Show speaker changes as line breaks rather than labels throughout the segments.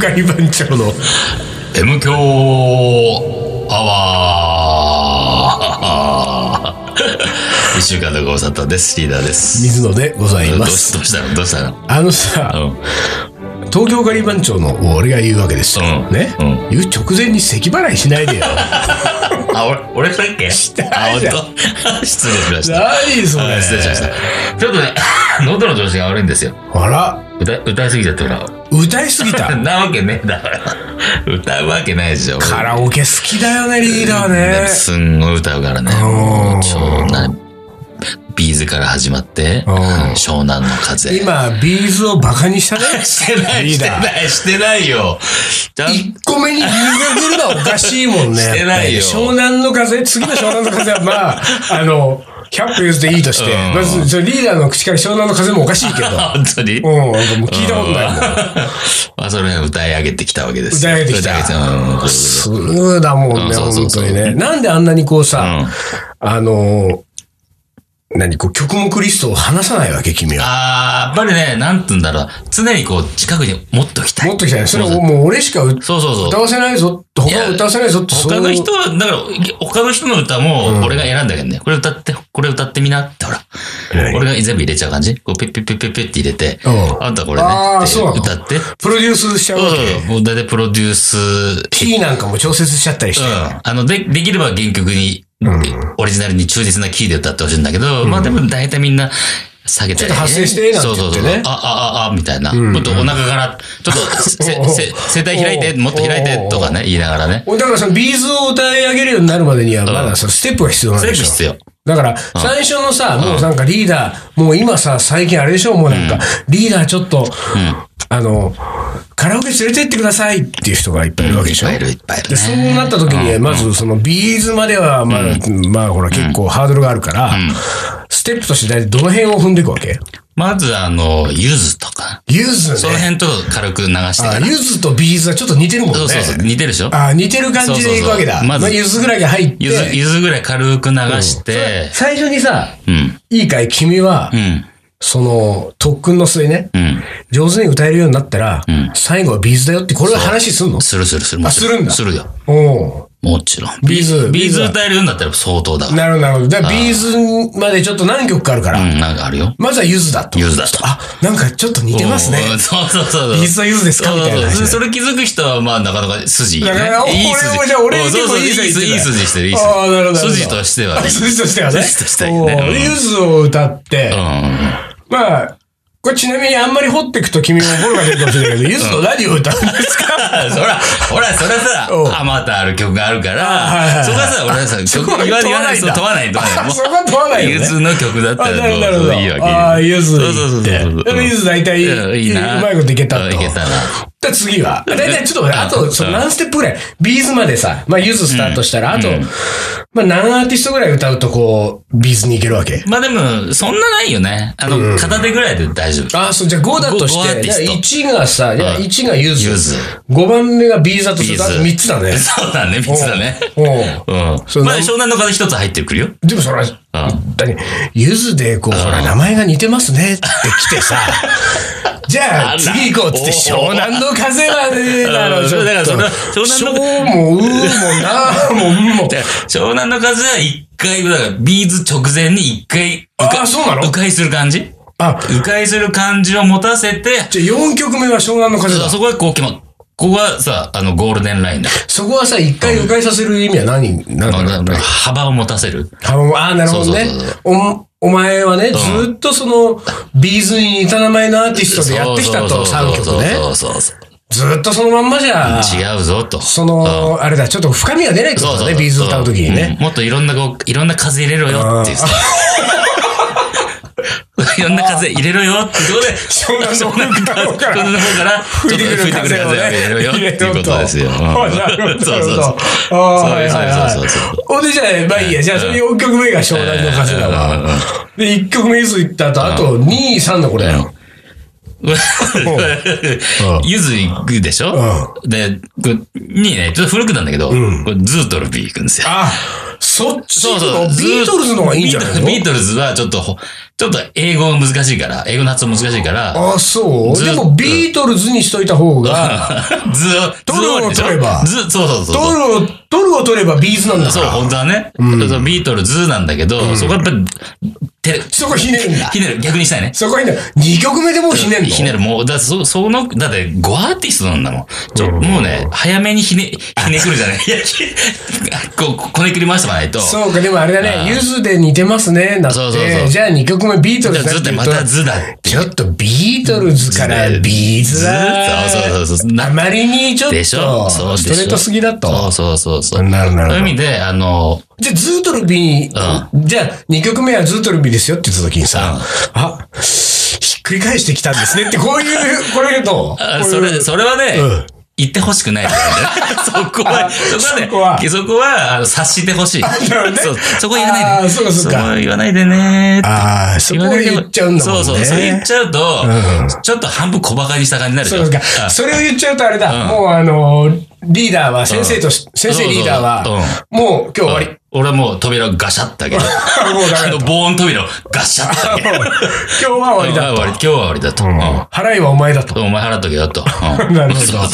海番長の
M 強アワー一週間のご無沙汰です。リーダーです。
水野でござい
ど
ま
う
す。
しどうしたのどうしたの
あのさ、
うん。
東京ガリ番長の俺が言うわけですよ。
うん
ね、
うん
言う直前に咳払いしない でよ。
あ、俺、俺だっけ
した
あ、
じゃん
本当 失礼しました。
何そ
あ
れ。
失礼しました。ちょっとね、 喉の調子が悪いんですよ。
あら、
歌い、歌いすぎちゃったから。
歌いすぎた。
なわけねえだから。歌うわけないでしょ。
カラオケ好きだよね、リーダー
で
ね
も。すんごい歌うからね。
うん
湘南、ビーズから始まって、
うん
湘南の風。
今、ビーズをバカにしたね。
してない、
リ
し
ー
て
ダー
ない、してないよ。ちゃん
1個目にビーズが来るのはおかしいもんね。
してないよ
湘南の風、次の湘南の風はまあ、あの、100歩譲っていいとして、
うん
まず、そのリーダーの口から湘南の風もおかしいけど。
本当に
うん、もう聞いたことないもん。
まあ、それを歌い上げてきたわけですよ。
歌い上げてきた
歌い上げてうん
スムーだもんね、
そうそ
本
うそう
当にね。なんであんなにこうさ、あのー、何、こう曲目リストを話さないわけ、君は。
あーやっぱりね、なんて言うんだろう。常にこう、近くに持っときたい。
もっときたいね。それ
そう
もう俺しかう
そうそう
歌
そう。
わせないぞ、他は歌わせないぞって、
他
そう
の
いう
人は、だから、他の人の歌も、俺が選んだけどね、これ歌って、これ歌ってみなって、ほら。
何
俺が全部入れちゃう感じこう、ペッペッペッペッペッって入れて、
うん
あんたこれね
あー、
って
そうなの
歌って。そう
プロデュースしちゃうわ
そう
け。
そう。もう大体プロデュース、
キーなんかも調節しちゃったりし
う
て。
ん。あの、で、できれば原曲に、オリジナルに忠実なキーで歌ってほしいんだけど、まあでも大体みんな下げたり、ね。
ちょっと発声してなんて
そう
言
そ
っ
う
て
そう。
ね
あ、あ、あ、あ、みたいな。もっとお腹から、ちょ っと、せ、せ、声帯開いて、もっと開いて、とかね、言いながらね。
俺だからそのビーズを歌い上げるようになるまでには、まだそのステップが必要なん
全
で
部
しょ。
必要。
だから、最初のさ、もうなんかリーダー、もう今さ、最近あれでしょ、もうなんか、リーダーちょっと、あの、カラオケ連れてってくださいっていう人がいっぱいいるわけでしょ。
いっぱいいる、いっぱいいる
で、
ね。
そうなった時に、まずそのビーズまでは、まあ、まあほら結構ハードルがあるから、ステップとして大体どの辺を踏んでいくわけ
まず、あの、ゆずとか。
ユーズ
その
ね。
辺と軽く流してか
あ
ら。
ユズとビーズはちょっと似てるもんね。
そうそうそう、似てるでしょ
あ似てる感じでいくわけだ。
そうそうそうまず
まあ、ゆずぐらいが入って。
ゆず、ゆずぐらい軽く流して、
最初にさ、
うん、
いいかい君は、
うん、
その、特訓の末ね、
うん。
上手に歌えるようになったら、最後はビーズだよって、これは話すんの
するするする。もちろ
あするんだ
するよ。
お
もちろん。
ビーズ
ビ
ビ
ーズ
ーズ
歌えるようになったら相当だ
う
わ。
なるほどなるほど。だからビーズまでちょっと何曲かあるから、
うん、なんかあるよ。
まずはゆずだと。
ゆずだと
あ、なんかちょっと似てますね。
うんそうそうそうそう。
ビーズとゆずですかみたいな話ね
そうそうそうそれ気づく人は、まあ、なかなか筋いいね。
なかなか
いい
俺
筋。
もじゃあ俺
うん
結
そ
構
うそう
い
い
い
い
線いって
筋、
る
いい筋してる、いい筋。
ああ、なるほど。
筋としては ね。
筋としてはね。
筋としてはね
おー
うん
ゆずを歌って、
う
まあ、これちなみにあんまり掘っていくと君もボロが出るかもしれないけど、ゆずと何を歌うんです か
ん。そら、ほら、それさ
うん、
あまたある曲があるか
はいはいは
ら、
い
そこはさ、俺はさ、曲言わ言わないと問わないと。問わない
あそこは問わないよね
ゆずの曲だった
あ、な
ら
るほど、なる
ど
ほ
うぞ
ど。
いいわけ。
ああ、ゆず
そうそうそ
行っ
うそう
て。でもゆず大体、
うんいいな
うまいこといけたと。
うんいけたな
で次は、大体ちょっとね、
うん
あと、その何ステップぐらい、ビーズまでさ、まあ、ゆずスタートしたら、あと、まあ、何アーティストぐらい歌うと、こう、ビーズに行けるわけ。
まあでも、そんなないよね。あの、片手ぐらいで大丈夫。
ああ、そう、じゃあ5だとし
ごごアー
て、
ティ
だ
スト
1がさ、じゃあ1がゆず。
ゆず
5番目がビーズだとすると、あと
ビーズ
3つだね。
そうだね、3つだね。
おう
うん。
そう
まあ、湘南の風一つ入ってくるよ。
でもそれは、何ゆずで、こう、ほら、名前が似てますねって来て さ、じゃあ、
あら
次行こうっつって、
お
湘
ー
南の風はね、だろ
う
う、
ん
ちょっと。
だからそれは湘
湘も、うも、な も、うも。
で湘南の風は一回、だから、ビーズ直前に一回、
ああ、そうなの
迂回する感じ
あ、
迂回する感じを持たせて、
じゃあ4曲目は湘南の風だ。
そこはこう決ま、ここはさ、あの、ゴールデンラインだ。
そこはさ、一回迂回させる意味は何な
あ
の
の幅を持たせる。
あのあー、なるほどね
そうそう。
お、お前はね、ずーっとその、ビーズに似た名前のアーティストでやってきたと、3曲ね。
そうそうそう。
ずーっとそのまんまじゃ、
違うぞ、と。
その、あれだ、ちょっと深みが出ないってこ
そう
と
そ
だね、
うそう
ビーズ歌うときにね。
んもっといろんなこう、いろんな風入れろよっていうさ。 いろんな風入れろよってことで、
湘南の方から
湘南の方から、ちょっと吹いてくる風を入れろよっていうことですよ。うん
あなるほど
そう
なるほ。
そうそう
どあー
そう
はいはいはい
そうそうそう
ほんでじゃあ、まあいいや。じゃあ、それ4曲目が湘南の風だ
うんうん
わ
う
で、
ん。
1曲目ず行った後、あと2、3のこれだよ。
ゆず行くでしょで、こうにね、ちょっと古くなんだけど、こうズートルビー行くんですよ。
あ、そっちのビートルズの方がいいんじゃないの
ビートルズはちょっとほ、ちょっと英語が難しいから、英語の発音難しいから、
あ、そう。
ずっ
で
と
もビートルズにしといた 方が、
ず
トルを取れば
ず、そうそうそう
ド
そう。
ルを、ドルを取ればビーズなんだか
そう、
ら。
本当はね。そうビートルズなんだけど、そこはやっぱり、て
そこひねるんだ。
ひねる、逆にしたいね。
そこひねる。2曲目でもうひねるの
ひねる、もう、だってそ、その、だって、5アーティストなんだもん。ちょ、もうね、早めにひね、ひねくるじ ゃない。いや、ひ こう、こねくり回してもらわないと。
そうか、でもあれだ
あ
ね、
ー
ゆずで似てますね、なって。
そうそうそう
じゃあ2曲目ビートル
じゃ
ズ
あずっと
言う
ま
と
たずだって。
ちょっとビートルズからビーズだ。
そうそうそうそうな
あまりにちょっと、
でしょそうでし
ス
ょ
トレートすぎだ
そ
と
う。そうそうそう。
なるほどなるほど
そういう意味で、あの、
じゃあずーっとルビー、じゃあ2曲目はずーっとルビーですよって言った時にさ、あ、ひっくり返してきたんですねって、こういう、これどう
あ
こう
そ
いう
れ、それはね、
うん
言ってほしくないですよね。そこは、
そこは
ね、そこは、あの察してほしい。
なるほどね
そうそこ言わないで。
あーそうかそうか
こ言わないでねって。
ああ、そこ
言わ
は
ないで
言っちゃうんだもんね。
そうそう、それ言っちゃうと、ちょっと半分小馬鹿にした感じになるでし
そ
ょ
うです
あ
か。それを言っちゃうとあれだ。
うん
もうあの、リーダーは、先生とし、先生リーダー
そうそう
は、もう今日終わり。
俺はもう扉をガシャって開ける。
もうダ
あ
メだ
の、防音扉をガシャって開ける。
今日は終わり
今
だ
日は終わり今日は終わりだと。うん
と。払いはお前だと。
お前払っとけよと。
な
う
る
ん
ほど。
そうそう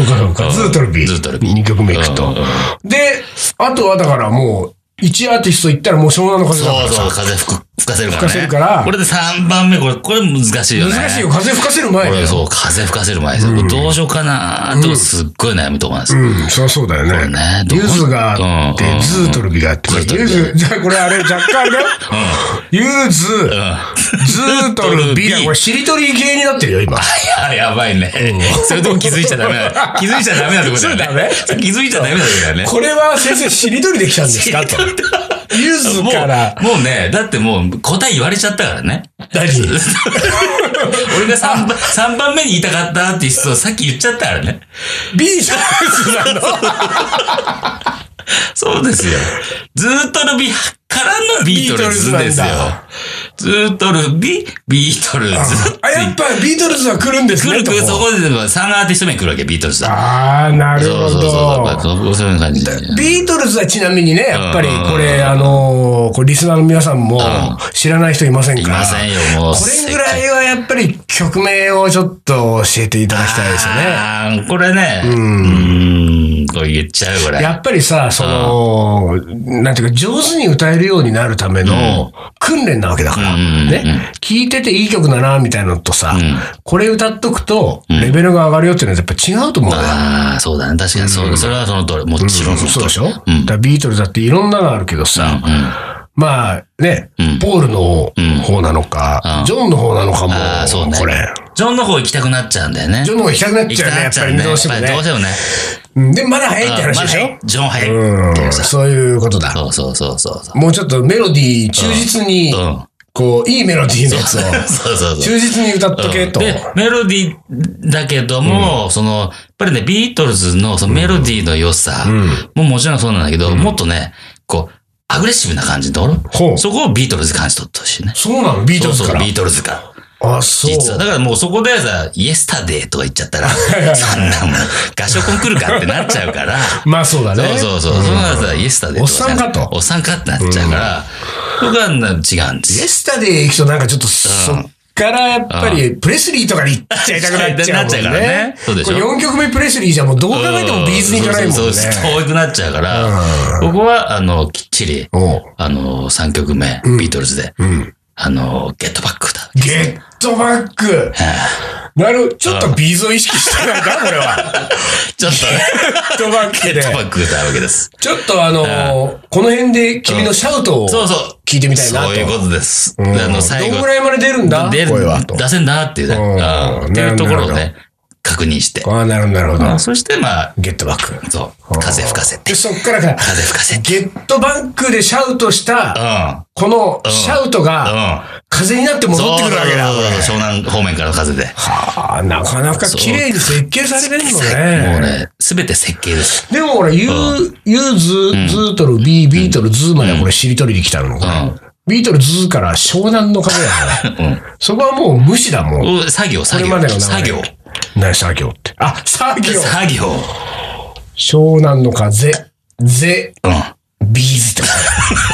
そ
う
うかそうか。ズートルビー。
ズートルビー
2曲目いく
う
と
んうん。
で、あとはだからもう、1アーティスト行ったらもう湘南の風だか
そう
ら
そう、
さ。
風吹く吹かせるから
吹
ね。
かせるから
これで3番目、これ、これ難しいよね。
難しいよ。風吹かせる前
こ
だ
れ
よ。
そう、風吹かせる前ですよ。これどうしようかなーと、すっごい悩むとこなんですよ。
うん、そりゃそうだよ
そうね
ね。
ど
ゆ
こ
ずがあっ
うんうんう
て、
ん
ズートルビがあって、
ズートル
ゆ
ビ
ず、じゃあこれあれ、若干あれだよ。ゆず、ズートルビだ。これ、しりとり系になってるよ、今。
あやばいね。そういうとこ気づいちゃダメ だ。気づいちゃダメなとこだよ
そうだね
ね。そう気づいちゃダメなとこだよね。
これは先生、しりとりできたんで すかと。ゆず
も
から、
う、もうね、だってもう答え言われちゃったから ね。
何
俺が3番、三番目に言いたかったって人をさっき言っちゃったからね。
ビージャーズなの
そうですよ。 ずーっとルビからのビートルズです
ビートルズな
よ
んだ。
ずーっとルビ、ビートルズ。
あ、やっぱビートルズは来るんです
来
ね。
る、
と
来る、そこで3アーティスト目に来るわけ、ビートルズだ。
ああ、なる
そう
ほ
そうそう。やっ
ど。
ぱそうそういう感じだよね。
ビートルズはちなみにね、やっぱり
うん
これ、あのーこれリスナーの皆さんも知らない人いません
い
から。
ませんよ、もう。
これぐらいはやっぱり曲名をちょっと教えていただきたいですよね。
あーこれね。うん。これ言っちゃう、これ。
やっぱりさ、その、なんていうか、上手に歌えるようになるための訓練なわけだから、
うん
ね。聴いてていい曲だな、みたいなのとさ、これ歌っとくと、レベルが上がるよっていうのはやっぱ違うと思うよ。
ああ、そうだね。確かに、そう、それはその通り。もちろんの通り
そうでしょ、だか
うん。
らビートルズだっていろんなのあるけどさ、
うんうん
まあね、
うん
ポールの
ん
方なのか、
うん
ジョンの方なのかも
ああ、そう、ね。
これ。。
ジョンの方行きたくなっちゃうんだよね。
ジョンの方が行きたくなっ
行
ち
き
ゃう
た
よね、や
くなっ
っ
ち
ぱ
ゃう
り
ね。
どうしても
やっぱりどうし
ね。
てもね。
うんで、まだ早いって話でしょ
うんま、だジョン早
う
いってい
ん、
うさ。
そういうことだ。
そうそうそうそうそう。
もうちょっとメロディー忠実に、
うん
こう、いいメロディーのやつを、
そうそうそう。
忠実に歌っとけと。
で、メロディーだけども、その、やっぱりね、ビートルズのそのメロディーの良さ、ももちろんそうなんだけど、もっとね、こう、アグレッシブな感じのとこ
ほ
ろ
う
そこをビートルズに感じ取ってほしいね。
そうなのビートルズ
そう
か
そう
ら。
ビートルズから。
あ、そう。
実は。だからもうそこでさ、イエスタデーとか言っちゃったら、そんなもん、合唱コンクールかってなっちゃうから、
まあそうだね。
そうそうそう。そんなさ、イエスタデー
おっさんかと
おっさんかってなっちゃうから、僕はな違うんですよ。
イエスタデー行くとなんかちょっと、そっからやっぱり、プレスリーとかに行っちゃいたくなっちゃうもん
なっちゃうから
ね
ね。そうでしょ
これ4曲目プレスリーじゃもうどう考えてもビーズに行かないもん
そう
ね
そうそう遠くなっちゃうから、ここは、あの、きっちり、
おう。
あの、3曲目、ビートルズで、あの、ゲットバックだ。
ゲットバック。なる、ちょっとビーズを意識してないかこれ は。
ちょっとね、
ゲットバック
ゲ
で
ッ。トバック歌うわけです。
ちょっとあのー、この辺で君のシャウトを
そうそう。
聞いてみたいなと。
そういうことです。
うん
あの、最
どん
後
ぐ、らいまで出るんだ
出る
声はと。
出せんなっていうね、
うん
うんっていうところを
なる
ね、確認して。
ああ、なるほど、なるほど。
そして、まあ、
ゲットバック。
そう、風吹かせて
で、、そっからか、
風吹かせ
ゲ
て。
ットバックでシャウトした、
うん。
このシャウトが、
うん。
風になって戻ってくるわけだ。
そうそうそう
こ
湘南方面からの風で。
れはあ、なかなか綺麗に設計されてるの
もう
ね。
ね、すべて設計です。
でも俺、ユー、ユーズ、ズートル、ビー、ビートル、ズーまではこれしりとりできたの。これ
うん
ビートル、ズーから湘南の風だから ね。
うん。
そこはもう無視だもん。
お作業、作
これまでの流
業。
れ
作業。
何作業って。あ、作業
作業。
湘南の風、ぜ、
うん。
ビーズってこと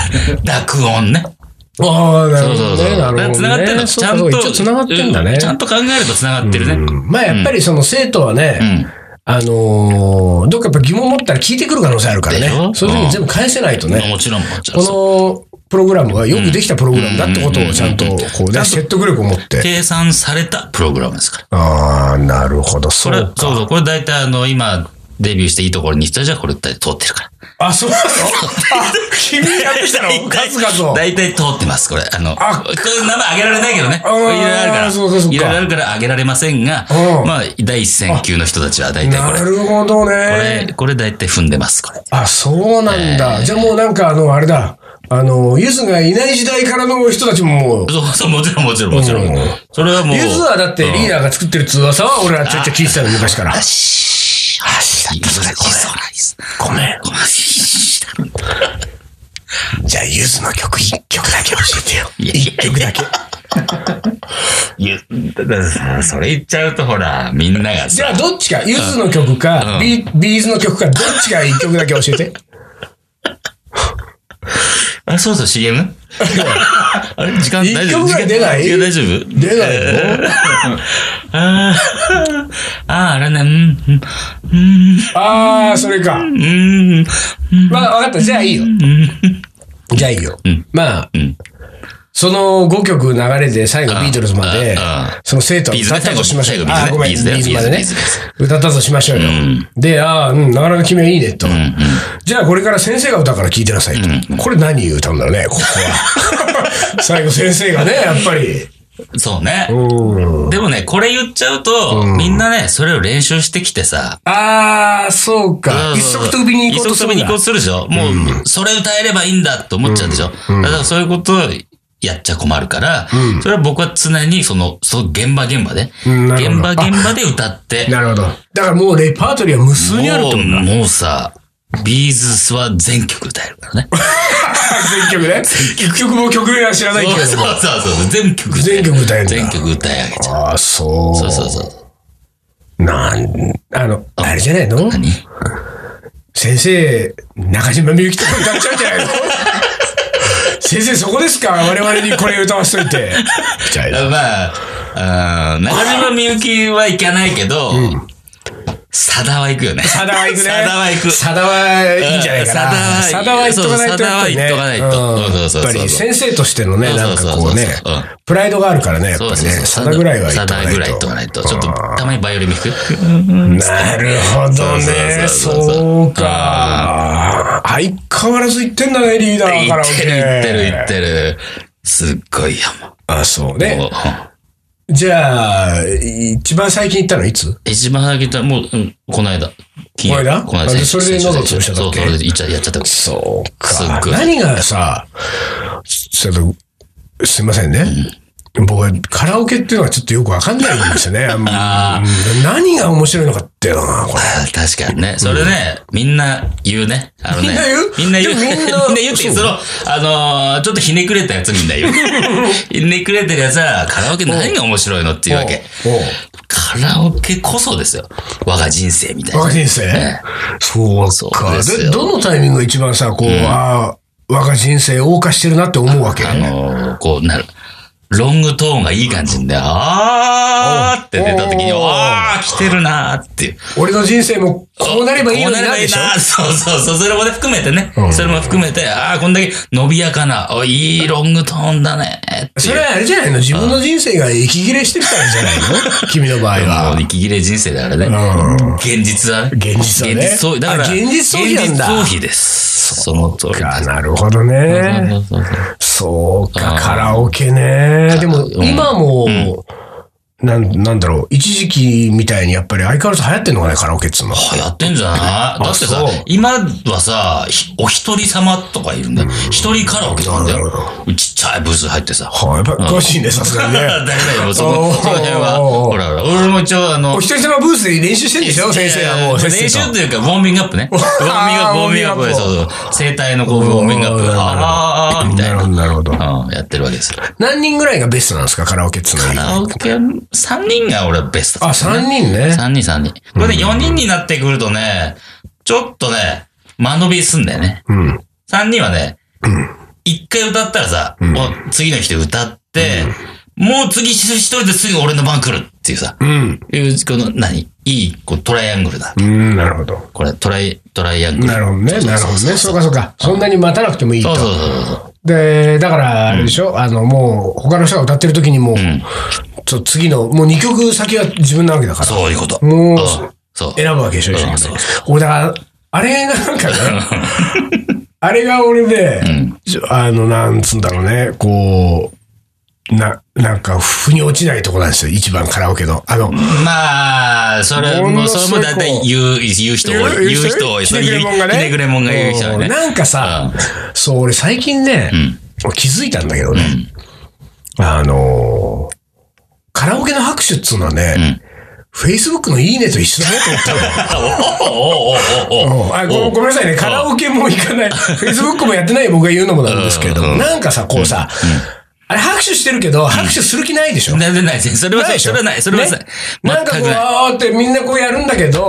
濁音ね。
ああ、なる
そう
ほ
そう
ど
そう。
ね。な
だか
る
ら
ほどね。
繋がってるの。
そう
ち
か
ゃん
そうか
と。
一応繋がってんだね。
うちゃんと考えると繋がってるね。
うんまあやっぱりその生徒はね、
ん
あのーどっかやっぱ疑問持ったら聞いてくる可能性あるからね
でしょ。
そういう時に全部返せないと
まあ
ね。
もちろん、もちろん。
このプログラムがよくできたプログラムだってことをちゃんと
うんうんうん
こうね、説得力を持って。
計算されたプログラムですから。
ああ、なるほど。そ
これ、
う
そう
か。
そう、これ大体あの、今、デビューしていいところにしたじゃ、これ大体通ってるから。
あ、 そうなのあ君やってきたの
大体
数々を。
大体通ってます、これ。あの、
あ
これ名前あげられないけどね。
あ
い
ー
ろいろあるから。
そうかそうか
いろいろあるからあげられませんが
う、ん
まあ、第一線級の人たちは大体こ
な
れ。
るほど
こ
ね。
れ、これ大体踏んでます、これ。
あ、そうなんだ。じゃあもうなんかあの、あれだ。あの、ゆずがいない時代からの人たちももう、
そうそう、もちろん、もちろん、もちろ
うん
ん。それはもう。
ゆずはだってリー
ー。
ダーが作ってる通話さは俺はちょいちょい聞いてたの昔から。
あしあしだったこ
ごめん。
れ。あしだ
じゃあゆずの曲一曲だけ教えてよ。
いやいや
一曲だけ。
ゆだだそれ言っちゃうと、ほら、みんなが
じゃ
さ
あ、どっちか、ゆずの曲か、
うん
ビービーズの曲か、どっちか一曲だけ教えて。
あ、そうそう、CM? あれ時間
一
大丈夫
曲ぐらい出ない
時間大丈夫
出ないの
あーあー、あれね、うん、うん、
あー、それか。
うん、うん、
まあ、わかった。じゃあいいよ。じゃあいいよ。まあ
ん、
その5曲流れで最後ビートルズまで
ああ、
その生徒は歌ったとしましょうよ。
ビーズね
あー、ごめん、
ビ
ビ
ーズね
ーズまで
ビ
ね
ーズビーズビ。
歌ったとしましょうよ。で、ああ、うん、なかなか君はいいね、と。じゃあこれから先生が歌うから聴いてなさいと。これ何歌うんだろうね、ここ は。最後先生がね、やっぱり。
そうね。
うん。
でもね、これ言っちゃうと、みんなね、それを練習してきてさ、
ああ、そうか。一足飛びに行こうとするん
一足飛びに行こう
だ
と。するでしょもう、それ歌えればいいんだと思っちゃうでしょだからそういうことをやっちゃ困るから、それは僕は常にその、その現場現場で、
うんなるほど
現場現場で歌って、
なるほど。だからもうレパートリーは無数にあるってこと
もう
だ。
もうさ、ビーズは全曲歌え るからね。
全曲ね。一曲も曲名は知らないけ
そう
れども。
そうそうそう。全曲歌え
全曲歌えるんだ
全曲歌い上げちゃう。
ああ、そう。
そうそうそう。
なん、あの、あれじゃないの
何
先生、中島みゆきとか歌っちゃうんじゃ ないの先生、そこですか我々にこれ歌わせといて。みたいな。
まあ、うん中島みゆきはいかないけど、さだは行くよね。
サダは行くね。
さだは行く。
サダはいいんじゃないかな。
サ
サ
ダ
ダ
は
は
行
行っ
く
とかないとやっぱりね。
そうサダは行っとかないと
うん
そうそうそうそう
やっぱり先生としてのね、なんかこうね
そうそうそうそううん、
プライドがあるからね、やっぱりね、サダぐらいは行っとか
さだぐらい
ないと
行っとか。ないと。ちょっと、たまにバイオリン弾く。
なるほどね。
そうそうそうそう
そうか。相変わらず行ってんだね、リーダー
行
か
っ
ら。
てる行ってる行ってる。すっごいよ、も
あ、そう
うも
ね。
う。
じゃあ、一番最近行ったのいつ
一番先言ったら、もう、うんこの間。金曜
この間
この
あ
間。
でそれで喉潰したんだ
そう、
っけ
それでいっちゃやっちゃった。
そう
すっ
か。
ごい
何がさ、ちょっと、すいませんね。僕はカラオケっていうのはちょっとよくわかんないんです よね。あんまうん何が面白いのかっていうのが、これ。
あー確かにね。それね、みんな言うね。あのね。
みんな言う
みんな言う。 み
で
ん
も
な
みんな
言うって、その、あのーちょっとひねくれたやつみんな言う。ひねくれてるやつは、カラオケ何が面白いのっていうわけ。
おう
カラオケこそですよ。我が人生みたい
おう
な
若。人生そう
そう
か。
です
で
よ
どのタイミングが一番さ、こう、ああ、若人生謳歌してるなって思うわけ
あのーこうなる。ロングトーンがいい感じにね、あーって出た時に、
おう
あー来てるなーっていう。
俺の人生もこうなればいいのになでしょ
そうそうそう、それもね、含めてね。
ん
それも含めて、ああ、こんだけ伸びやかな、おいいロングトーンだねってい。
そうれはあれじゃないの自分の人生が息切れしてきたんじゃないの君の場合
も
は
う。息切れ人生だからね。
うん
現実はね。
現実はね
現実逃避。だから、
あ現実逃避なんだ
現実逃避です。その通りです。
かなるほどね。
そうそうそう
そう
あ
か、
ー
カラオケね。でも、
うん
今も、なん、なんだろう、一時期みたいにやっぱり相変わらず流行ってんのかね、カラオケっつうの。
流行ってんじゃないだってさ
そう、
今はさ、ひお一人様とかいるんだよ。一人カラオケとかあるんだ
なる
よ。ちっちゃいブース入ってさ。
はい、やっぱ詳しいね、さすがにね。
誰だよ、そこ、
おー
その辺は。ほらほら、俺も一応あの
お、一人様ブースで練習してんでしょ、先生はもう。先
練
生
習
と
というか、ウォーミングアップね。ウォーミングアップ、ウォーミングアッ
ウォー
プ。
ミングアップ
そうそう。生体のこう、ウォーミングアップ。
なるほど
あーあー、みたい
なるほ
な。
ど、なるほど。
うん、やってるわけですよ。
何人ぐらいがベストなんですか、カラオケっつうの
カラ
は。
オケ、3人が俺はベスト
あ、
だから
3
ね。
人ね。
3人、3人。これで4人になってくるとね、ちょっとね、間延びすんだよね。
うん。
3人はね、1一回歌ったらさ、もう次の人歌って、もう次一人ですぐ俺の番来るっていうさ、
うん。
いう、この、何いい、こう、トライアングルだ。
うん、なるほど。
これ、トライ、トライアングル。
なるほどね。なるほどね。そうかそうか。そんなに待たなくてもいい
そう
と。
そうそうそう。
で、だから、あれでしょ、あの、もう、他の人が歌ってる時にもう、
ん
ちょ次の、もう2曲先は自分なわけだから。
そういうこと。
もう
うんそう。
選ぶわけでしょ、一緒に
そうそう
俺、だから、あれがなんかね、あれが俺で、ちょあの、なんつうんだろうね、こう、な、なんか、腑に落ちないとこなんですよ、一番カラオケの。あの、
まあ、それ
も
も、
のすごい
それも大体言う、言う人多い。言う人多い。
ひ
そ
ね
れ
くれもんがね。
ひねくれもんが言う人多い
うん
ね。
なんかさ、そう、俺最近ね、気づいたんだけどね、あのーカラオケの拍手っつうのはね、Facebook のいいねと一緒だなと思ったの。
おうおうおうおう
あごごめんなさいね、カラオケも行かない、Facebook もやってない僕が言うのもなんですけれども、なんかさ、こうさ、あれ拍手してるけど、拍手する気ないでしょ
全然ないです。それは
ない
そ
でしょ
う、それはない。それはない
ね。なんかこ
全
う、
くない。
あーってみんなこうやるんだけど、
ん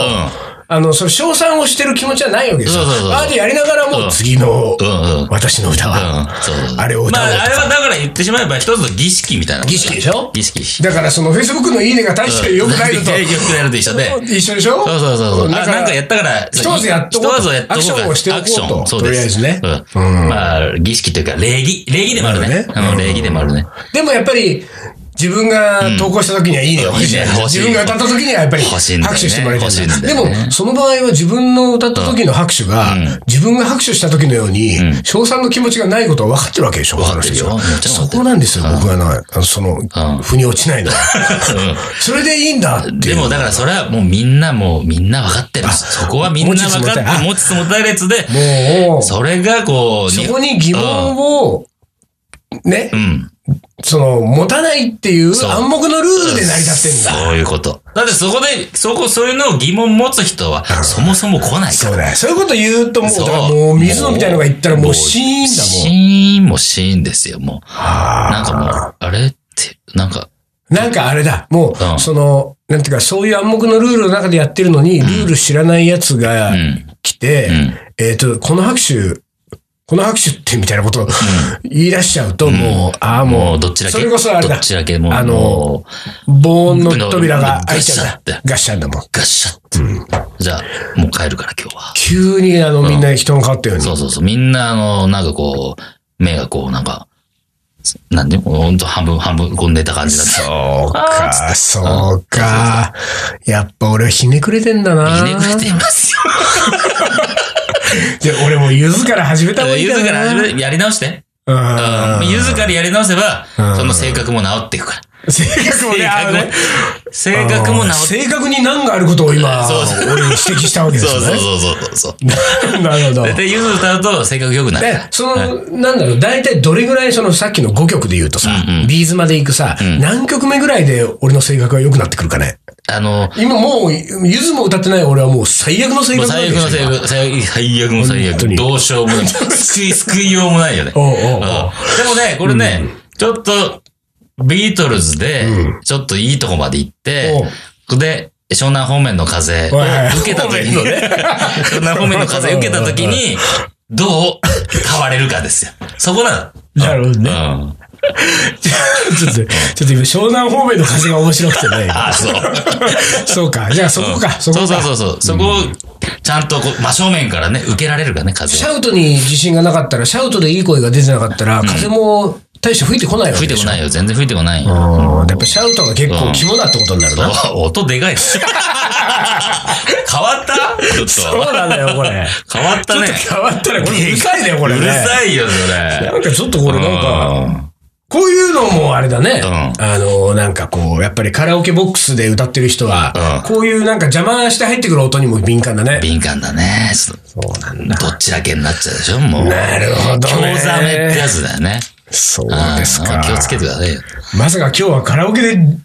あの、それ、称賛をしてる気持ちはないわけですよ。
そうそうそうそう
あーでやりながらも、
うん
次の、
うんうん
私の歌は、
うんそうそう
あれを歌おうとか
まあ、あれはだから言ってしまえば一つの儀式みたいな。
儀式でしょ
儀式。
だからその Facebook のいいねが大して良くない のと、
よくなると一緒で。
一緒でしょ
そうそうそうそう。あ、なんかやったから、
ひとまずやっとこうと
ひまずやっと
ア
こうか
クションをしておこうと
アクションそう
とりあえ
です。
ずね
うん。まあ、儀式というか、礼儀。礼儀でもあるね。
まあね
うん礼儀でもあるね。
でもやっぱり、自分が投稿した時にはいいねが欲しいじゃないですか。
うんいいね欲しい
自分が歌った時にはやっぱり
欲
拍
しいんだよね
手してもらいたいじゃないですか。
欲しいんだよね
でも、その場合は自分の歌った時の拍手が、自分が拍手した時のように、賞賛の気持ちがないことは分かってるわけでしょ、他の人たちは
分かってるよ
そこなんですよ、僕がな、あのその、
ん
腑に落ちないのは。それでいいんだっていう。
でもだからそれはもうみんなもうみんな分かってるんです。そこはみんな分かって、持
持
ちつ持たれつで、
もう、そ
それがこう、
こに疑問を、ね
う、ん。
その、持たないっていう
そう
暗黙のルールで成り立ってんだ。
そういうこと。だってそこで、そこ、そういうのを疑問持つ人は、そもそも来ないか
そ
ら。
うだよ。そういうこと言うと、もう、
そ
だ
う
からもう、水野みたいのが言ったら、もう、シーン
シ
だ、もん。
ーンもシーンですよ、もう。なんかもう、あれって、なんか、
なんかあれだ、も
う
う、
ん
その、なんていうか、そういう暗黙のルールの中でやってるのに、ルール知らないやつが
ん
来て
ん、
えっと、この拍手、この拍手ってみたいなことを言い出しちゃうと、もう、ああ、
も
も
う
う、
どっちだけ、
それこそあれ
どっ
だ、
ちだけもう、
あの
もう
防音の扉が開いちゃうん
ガシャ
だ
っ。て
ガッシャンだもん。
ガッシャって。じゃあ、もう帰るから今日は。
急に、あの、みんな人が変わったように。
そうそうそう。みんな、あの、なんかこう、目がこう、なんか、なんで、ほんと半分、半分、こう寝た感じだった。
そうか、そうか。やっぱ俺はひねくれてんだな。
ひねくれてます よ。
で、俺もゆずから始めた方がいい
ゆ
だ
ず
な。
から始めやり直して。
う。
うんん。ゆずからやり直せば
うん、
その性格も治っていくから。
性格も
性
ね、あ
格
の
も
ね、
性格も治ってい
性格に難があることを今、
そうそう
俺に指摘したわけ
く。
です
そう
よ
そう
ね。
そうそうそ う。
なるほど。
大
で、
体ゆず歌うと性格良くなるから。
その、なんだろう、大体どれぐらいそのさっきの5曲で言うとさ、ビーズまで行くさ、何曲目ぐらいで俺の性格が良くなってくるかね。
あの、
今もう、ゆずも歌ってない俺はもう最悪の性
もう
格なわけ
最
で
悪
しょ
の最悪、最悪最悪も
本
最
当
悪。
に
どうしようもない。救い、 救いようもないよね。
おうおうおう
うんでもね、これね、ちょっと、ビートルズで、ちょっといいとこまで行って、で、湘南方面の風を
はいはい
受けた時に、
方面のね
湘南方面の風を受けた時に、どう変われるかですよ。今そこなの。
なるほどね
うん。
ちょっと、ちょっと今、湘南方面の風が面白くてね。
ああ、そう。
そうか。じゃあそこか、そこ
そう
か。
そうそうそう。そこを、ちゃんとこう、真正面からね、受けられるかね、風
シ
を。
ャウトに自信がなかったら、シャウトでいい声が出てなかったら、風も大して吹いてこないわ
吹
け
いて
でし
こ
ょ。
ないよ。全然吹いてこないよ。
うんやっぱシャウトが結構肝だってことになるな。
あ音で かいっす。変わったちょっ
そ
と。
うなんだよ、こ れ。
変わっ
ち
た
ょっ
ね
と。変わったら、これうるさいね、これね。
うるさいよ、それ。
なんかちょっとこれなんか、
うん
こういうのもあれだね。
う
あの、なんかこう、やっぱりカラオケボックスで歌ってる人は、
う
こういうなんか邪魔して入ってくる音にも敏感だね。
敏感だね。ちょっ
そうなんだ。
とどっちだけになっちゃうでしょ、もう。
なるほどね
興ざめってやつだよね。
そう
うん
ですか。
気をつけてくださいよ。
まさか今日はカラオケで20分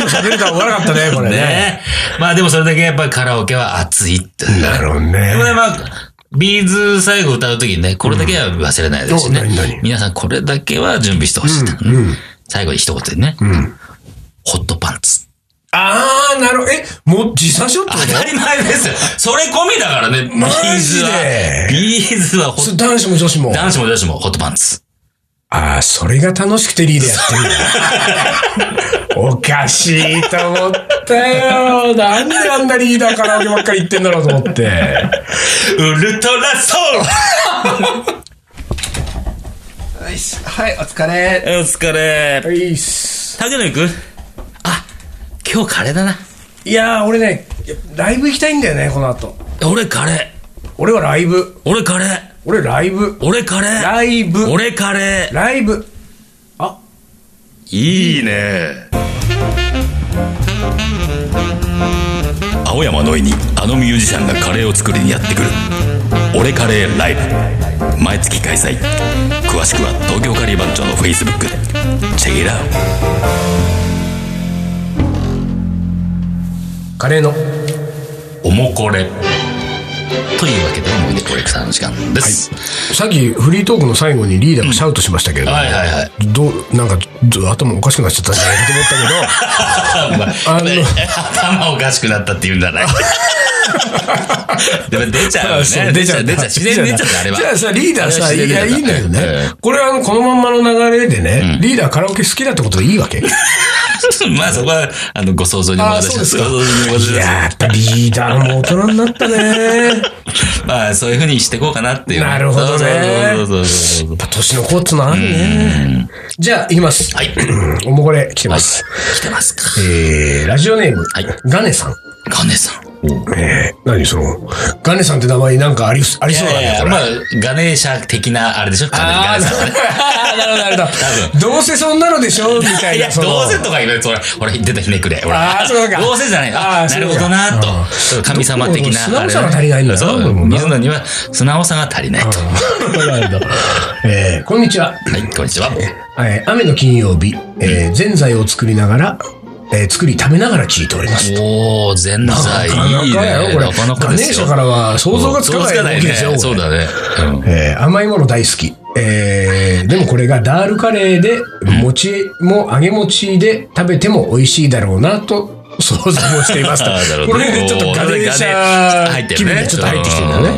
も喋るとは思わなかった ね、これね。
ねまあでもそれだけやっぱりカラオケは熱いっていうかね
なるほどね
でもね、まあ、ビーズ最後歌うときにね、これだけは忘れないですしね。
うんお何何
皆さんこれだけは準備してほしい、最後に一言でね、ホットパンツ。
ああー、なるほど。え、もう持参しようってこ
当たり前ですよ。 それ込みだからね、ビ
マ
ーズ
ジ
は
で。
ビーズはホ
とそ
ッ
れ男子も女子も。
男子も女子もホットパンツ。
ああ、それが楽しくてリーダーや ってるんだ。おかしいと思ったよ。なんであんなリーダーカラオケばっかり行ってんだろうと思って。
ウルトラソウル
よいしょはい、お疲れ。
お疲
い
れ。
いっす。
竹野行くあ、今日カレーだな。
いやー、俺ね、ライブ行きたいんだよね、この後。
俺カレ
俺はライブ
ー。。俺カレー。
俺ライブ。
俺カレー。
ライブ。
俺カレ
ライブ。
ー。いいね。
青山のいにあのミュージシャンがカレーを作りにやってくる「俺カレーライブ」毎月開催詳しくは東京カリー番長のフェイスブックでチェックイットアウト
カレーの。
おもこれ。というわけで、思い出コレクターの時間です。
さっきフリートークの最後にリーダーがシャウトしましたけれども、
はいはいはい。
どう、なんか、ど頭おかしくなっちゃったんじゃないかと思った あの
頭おかしくなったって言うんじ ゃないでも出ちゃうよ
けど。
ね。出ちゃう、出ちゃう。自然に出ちゃうねあれは。
じゃあさ、リーダー
あ
さ、
れはい
や、いい
自
んだ
然
よ
に出ちゃう
ね。これはあの、このまんまの流れでね、リーダーカラオケ好きだってことでいいわけ。い
うん まあそこは、あの、ご想像にお任せします。
あ
ご
そう
想像にお任 せします
や、やっぱリーダーも大人にな ったね。
まあそういうふうにしていこうかなっていう。
なるほどね
そうそうそうそうそう
やっぱ年の子っつうのはあるね。じゃあ、いきます。
はい。
おもこれ来てます。
来てますか。
えー、ラジオネーム、
はい
ガネさん。
ガネさん。
えー、何その、ガネさんって名前になんかありありそうだ
いやい
ね、
や
これ。
まあ、ガネーシャ的な、あれでしょガネガネさんはね。
なるほど、なるほど。どうせそんなのでしょみたい
いや、
な。
ど
そうの
せとか言われて、俺、俺、出たひねくれ。俺
あーそうか
どうせじゃない。
あ
あ
ー
なるほどな、と。そう神様的な。
どうも素直さが足りないんだな
そう
俺もな
水野には素直さが足りないと。は
えー、こんにちは。
い、こんにちは。
えー雨の金曜日、えー、ぜんざいを作りながら、えー、作り食べながら聞いております。
おー、全財。いい
なかなかや
ね。
ろこれ
なかなか
ガネ
ですよ
ーシャからは想像がつかない
想像ね
動きですよこれ
そうだね。うん
えー甘いもの大好き。えーでもこれがダールカレーで、餅も揚げ餅で食べても美味しいだろうなと想像をしていますと
あーなる。ほ
こ
ど
れでちょっとガネーシ
おーガネ入
ャ
って
気
るね
分がちょっと入ってきてるんだよね。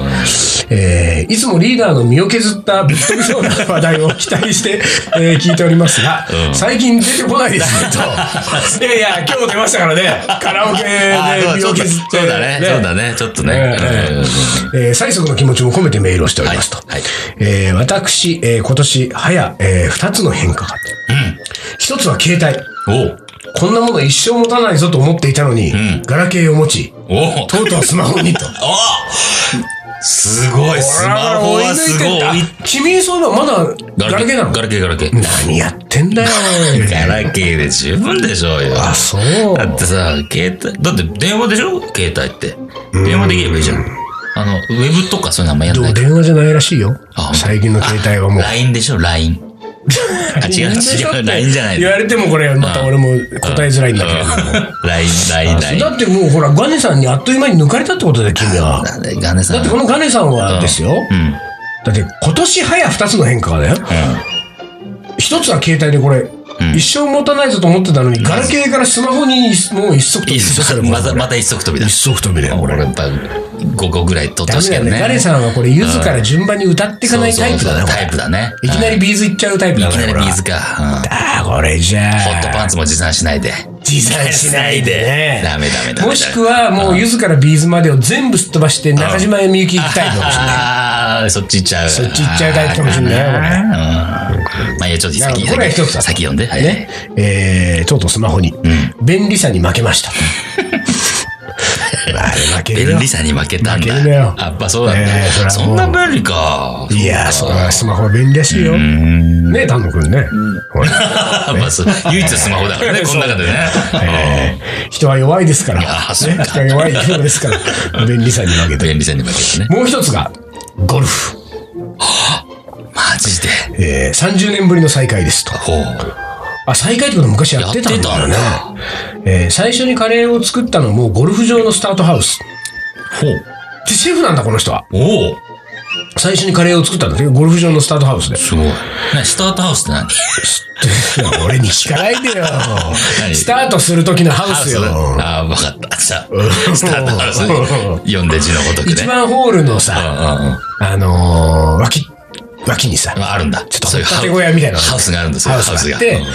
えーいつもリーダーの身を削ったぶっ飛びそうな話題を期待して、 えー聞いておりますが、最近出てこないですね と。いやいや、今日出ましたからね。カラオケ
あー
で身
そ
を
うだ
削って。
そうだね。そうだね。ちょっとね。
ええ
うん
えー催促の気持ちも込めてメールをしておりますと。
はいはい
えー私、えー今年、早、えー二つの変化が。一つは携帯。
おう
こんなもの一生持たないぞと思っていたのに、ガラケーを持ち、
おう
とうとうスマホ にと。
すごい。スマホはすごい。
君、そんな、まだ、ガラケーなの
ガラケー、ガラケー。
何やってんだよ。
ガラケーで十分でしょうよ。
あ、そう。
だってさ、携帯、だって電話でしょ携帯って。電話できればいいじゃん。あの、ウェブとかそういうのあんまやん
で
ない
も
から。
電話じゃないらしいよ
あ。
最近の携帯はもう。
LINE でしょ ?LINE。あ、違う違う。LINE じゃない
言われてもこれ、また俺も答えづらいんだけれども。
LINE、LINE、LINE。
だってもうほら、ガネさんにあっという間に抜かれたってことだよ、君は。だ
なんだよガネさん。
ってこのガネさんはですよ。
うん。
だって今年早2つの変化がだよ。一つは携帯でこれ、一生持たないぞと思ってたのに、ガラケーからスマホにもう一足飛びでしょそれも
また、また一足飛びだ
一。足飛びだよ、こ
俺
れ。
やっぱ5個ぐらい取っ
ダ
てほ
メ
しい
だ
け
よ
どね。
ね。ガネさんはこれ、ゆずから順番に歌っていかないタイプだ
そ
ね、
うそう
こ
タイプだね。
れいきなりビーズいっちゃうタイプ
う
だ
んい
ね、
きなり
これ
ビ
は
ーズか。うん
ああ、これじゃあ。
ホットパンツも持参しないで。
持参しないでね。
ダメダメダメ。
もしくは、もう、ゆずからビーズまでを全部すっ飛ばして、中島やみゆき行きたいかもしれない。
ああ、そっち行っちゃう。
そっち行っちゃうタイプかもしれないよこれ
あーうんまあいいや、ちょっと
なるほ
先、
どこれは一つだ
先、先読んで。はい
ね。えー、とうとうスマホに、便利さに負けました。ま あ、負ける
便
よ
利。さに負けたん
負け
だ。
るなよ
やっぱそうだ
え
ね
ーそりゃも。う
そんな便利か。
いやー、そうだ、スマホは便利らしいよ。ねえ、丹野くんね。ほ ら
やっぱそう唯一のスマホだ からね、この中でね。
えー人は弱いですから。ね
あそうか
人は弱い生き物ですから。便利さに負け
うん
て。
便利さに負けてね。
もう一つが、ゴルフ。
マジで。
えー、30年ぶりの再会ですと。
ほう。
あ、再開ってこと昔やってたんだね。えー最初にカレーを作ったのもゴルフ場のスタートハウス。
ほう。
でシェフなんだ、この人は。
おお。
最初にカレーを作ったんだけど、ゴルフ場のスタートハウスで。
すごい。ね、スタートハウスって何
いや俺に聞かないでよ。
何
スタートする時のハウスよ。
ああ、わかった。じゃあ、スタートハウス読んで字のごとくね。
一番ホールのさ、
うんうんうん
あのー脇、脇にさ、
あるんだ。ちょっとそういうハウ
建て小屋みたいなの
ハウスがあるんですよ。
ハウスがあって、
うん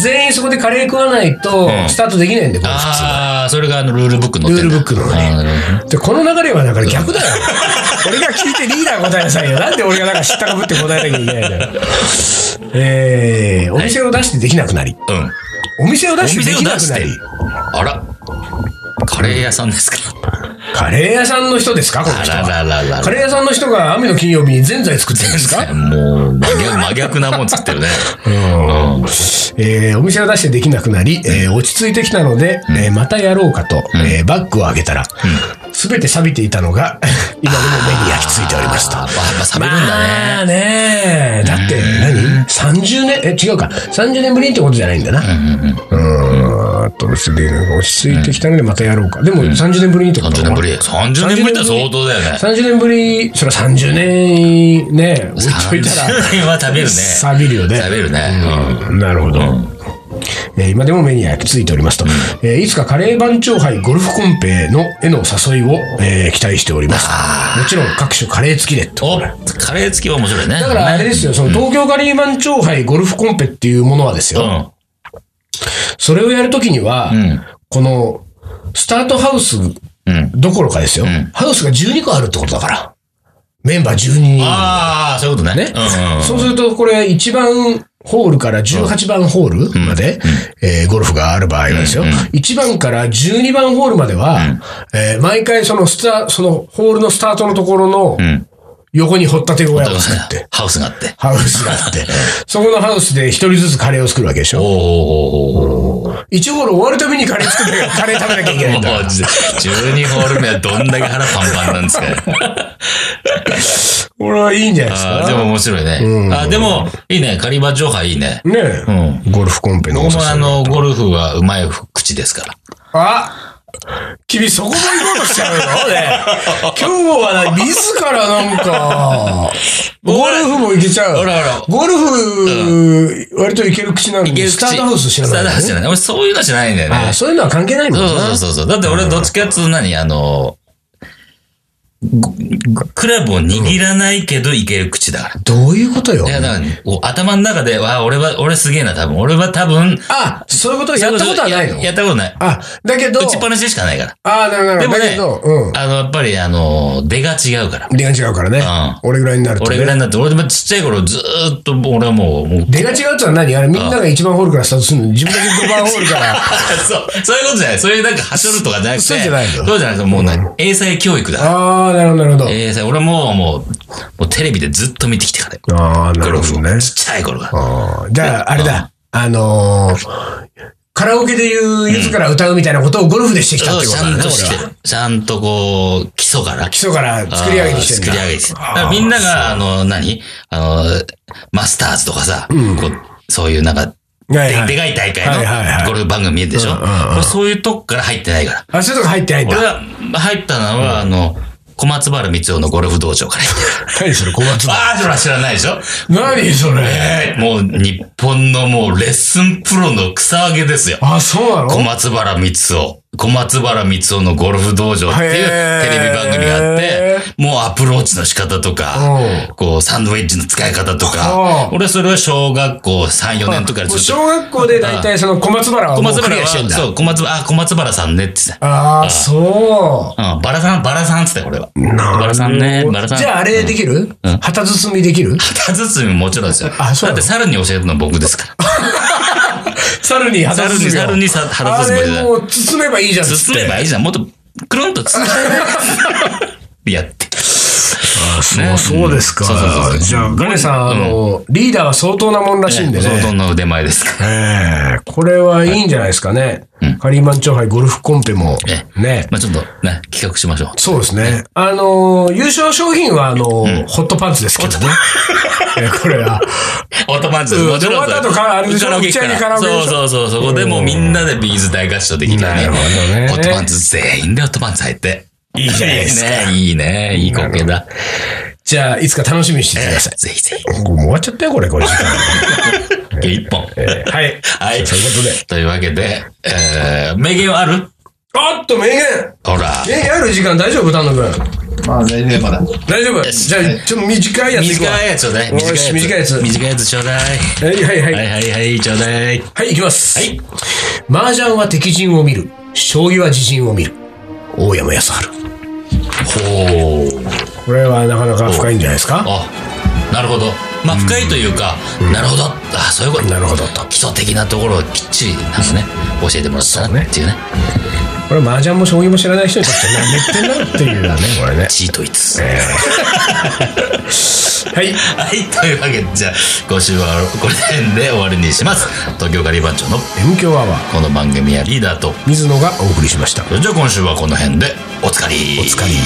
全員そこでカレー食わないと
ん
スタートできないんで、これ普通
ああ、それがあのルールブックに載ってんだ
ルールブックのね
あーなるほどね。
で、この流れはだから逆だよ。俺が聞いてリーダー答えなさいよ。なんで俺がなんか知ったかぶって答えなきゃいけないんだよ。えー、お店を出してできなくなり。
うん。
お店を
お
出して
店
で
を
きな
出
く
し
な
て
り。。
あら。カレー屋さんですか。
カレー屋さんの人ですかこの
あ
人
ら
は。
ららら
カレ
ら。
ー屋さんの人が雨の金曜日にぜんざい作ってるんですか
もう真逆、真逆なもん作ってるね。 うん。
えーお店を出してできなくなり、えー落ち着いてきたので、えーまたやろうかと、えーバッグを開けたら、すべて錆びていたのが、今でも目に焼き付いておりますと。
あーやっぱ錆びるんだね。
まあねだって何、?30 年、え、違うか。30年ぶりってことじゃないんだな。うん。あと、別に落ち着いてきたのでまたやろうか。でも、30年ぶりにってこと
30年ぶり。30年ぶりって相当だよね。
30年ぶり、それは30年ね、置いといたら。
30年は食べるね。
錆びるよね。
食べるね。うん。
うんなるほど。えー今でも目に焼き付いておりますと、えーいつかカレー番長杯ゴルフコンペのへの誘いを、えー期待しております。もちろん各種カレー付きでと。
おカレー付きは面白いね。
だからあれですよ、その東京カレー番長杯ゴルフコンペっていうものはです
う
よ、
ん。
それをやるときには、
ん
このスタートハウス
うん。
どころかですよ、
ん
ハウスが12個あるってことだから、メンバー12人。
ああ、そういうことね。
ね
うんうん。
そうすると、これ1番ホールから18番ホールまで、えーゴルフがある場合はですよ。1番から12番ホールまでは、えー毎回そのスタ、そのホールのスタートのところの
ん
横に掘ったて小屋
だか
を
ら
作
さ
って、
ハウスがあって。
ハウスがあって、そこのハウスで一人ずつカレーを作るわけでし
おー
ょ。
おーおーおーおー。
1ホール終わるたびにカレー作って、カレー食べなきゃいけないんだから
もうじ12ホール目はどんだけ腹パンパンなんで すか。
これはいいんじゃないです
あ
か。
ーでも面白いね。あーでも、いいね。カリバ上杯いいね。
ねえ、ゴルフコンペのお
僕
誘い
もあの、ゴルフはうまい口ですから。
あ君そこも行こうとしちゃうよ。 ね今日はな、自らなん か、ゴルフも行けちゃう。
あらあら
ゴルフ、割と行ける口なの
いけ
に、
る口
スタートハウス知ら
スタート
な
ハウ
い、
スじゃ
ね。
ない。俺そういうのじゃないんだよね。
あそういうのは関係ないもん
そ
な
うそうそうそう。だって俺どっちかっつうと何あの、ごクラブを握らないけどいける口だから。
どういうことよ
い。や、だからこう、頭の中で、わあ、俺は、俺すげえな、多分。俺は多分、
あ、そういうことやったことはないの
ややったことない。
あ、だけど
打、ちっぱなしでしかないから。
あ、なるほどな
で
るほど。だ
もね
けど、うん、。
あの、やっぱり、あの、出が違うから。
出が違うからね。俺ぐらいになると、ね。
俺ぐらいになって、俺でもちっちゃい頃ずーっと、俺はもう、もう、
出が違うってのは何あれ、みんなが1番ホールからスタートするのに、自分だけ5番ホールから。
そう、そういうことじゃない。そういうなんか、はしょるとかじゃなくて。
そうじゃないの
そうじゃない。もうね、英才教育だ。
ああ、なるほど、なるほど。
えー、さ俺もう、もう、もうテレビでずっと見てきてから。
ああ、な
ゴ
る
ル
ほ
フ
ど
を。
ね。
ちっちゃい頃から。
あーじゃあ、あれだ。あのーカラオケで言う、ゆずから歌うみたいなことをゴルフでしてきたってこ
ち
とだ
ゃん
ね、
と
こ
し
れは
て、ちゃんとこう、基礎から
基。礎から作り上げてきてんだ。
あー作り上げてきてだ
あー
からみんなが、あの、何あの、マスターズとかさ、こうそういうなんか、
はいはい
ででかい大会
はいはいはい
のゴルフ番組見るでし
う
ょ、
んうんうん
俺そういうとこから入ってないから。
あ、そういうとこ入ってないん
俺
だ。
が入ったのは、あの、小松原光雄のゴルフ道場から入ってる。
何それ、小松
ああ、それは知らないでしょ
何それ。
えーもう日本のもうレッスンプロの草上げですよ。
あ、そうなの
小松原光夫。小松原光夫のゴルフ道場っていう
へー
テレビ番組があって、もうアプローチの仕方とか
う、
こうサンドウェッジの使い方と
はあ
か、俺はそれは小学校3、4年とかで
もう
ずっ
小学校で大体その小松原
と。
は
小
もう
松
ク
原
リア
は、
してんだ。
そう、小松原、あ、小松原さんねって言って
ああ、そ
た。うん、バラさん、バラさんって言ってたよ、俺は。バラさんね、バラ
う。
さん。
じゃああれできる旗包みできる
旗包みもちろんですよ。
あそうな
だ
の
って猿に教えるのは僕ですから。
猿に旗包
猿
み
に、
を。
猿にさ旗
あ
包みじゃな
れ
い
もう包めばいいじゃんっつって。
包めばいいじゃん。もっと、くるんと包 めやって。
そう、
ね
そうですか。
うんそうそうそう
じゃあ、ガネさん、あの、リーダーは相当なもんらしいんでね。
相当の腕前ですから。
ええこれはいいんじゃないですかね。カリーマンチョーハイゴルフコンペも。
え
ね。
まあちょっと、ね、企画しましょう。
そうですね。あのー、優勝商品は、あのー、ホットパンツですけどね。 えこれは。
オートマンズ
うん
もちろん
で終わ
さ
った後からあれでしょ
カラオケ行く
打ち上げ
か
カラ
ら
オケでし
そ
ょ
うそうそう。そこでもうみんなでビーズ大合唱できるよ
な
ね
るほどね
オートマンズ全員でオートマンズ入って。いい
じゃないです
か。いいね、いいね、いい光景だ。
じゃあ、いつか楽しみにしててください。
ぜひぜひ。
もう終わっちゃったよ、これ、これ時間。
今日一本。
えー はい。
はい。
そういうことで。
というわけで、えー、名言はある
あっと、名言
ほら。
名言ある時間大丈夫丹野くん。
まあ、大丈夫まだ。
大丈夫じゃあ、ちょっと短いやついくわ。
短いやつちょうだい。
よし
短いやつ。
短いやつ
短いやつちょうだい。
はいはいはい。
は
はいい、
はいはい、ちょうだい。
い、きます。
はい。
麻雀は敵陣を見る。将棋は自陣を見る。大山康晴。
ほう。
これはなかなか深いんじゃないですか
あ、なるほど。まあ、深いというか、なるほど。あ、そういうこと。
なるほどと
基礎的なところをきっちり、なんかね、教えてもらったなっていうね。
これ麻雀も将棋も知らない人にとって何言ってんだっていうね、これね。
チートイツ。
えーはい。
はい、というわけで、じゃあ、今週はこの辺で終わりにします。東京ガリバン長の
M 強アワー、
この番組はリーダーと、
水野がお送りしました。
それじゃあ今週はこの辺で、おつかり。
おつかり。